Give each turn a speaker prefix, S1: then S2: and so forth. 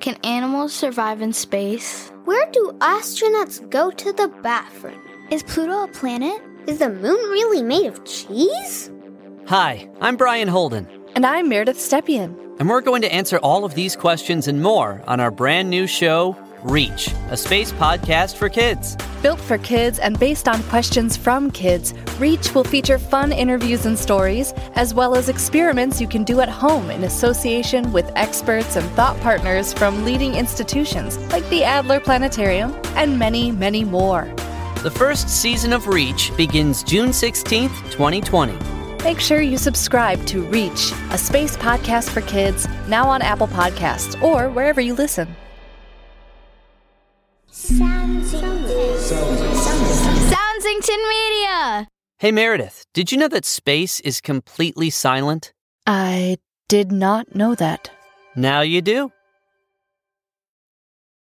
S1: Can animals survive in space?
S2: Where do astronauts go to the bathroom?
S3: Is Pluto a planet?
S2: Is the moon really made of cheese?
S4: Hi, I'm Brian Holden.
S5: And I'm Meredith Stepien.
S4: And we're going to answer all of these questions and more on our brand new show, Reach, a space podcast for kids.
S5: Built for kids and based on questions from kids, Reach will feature fun interviews and stories, as well as experiments you can do at home in association with experts and thought partners from leading institutions like the Adler Planetarium and many, many more.
S4: The first season of Reach begins June 16th, 2020.
S5: Make sure you subscribe to Reach, a space podcast for kids, now on Apple Podcasts or wherever you listen.
S1: Soundsington. Soundsington. Soundsington Media.
S4: Hey Meredith, did you know that space is completely silent?
S5: I did not know that.
S4: Now you do.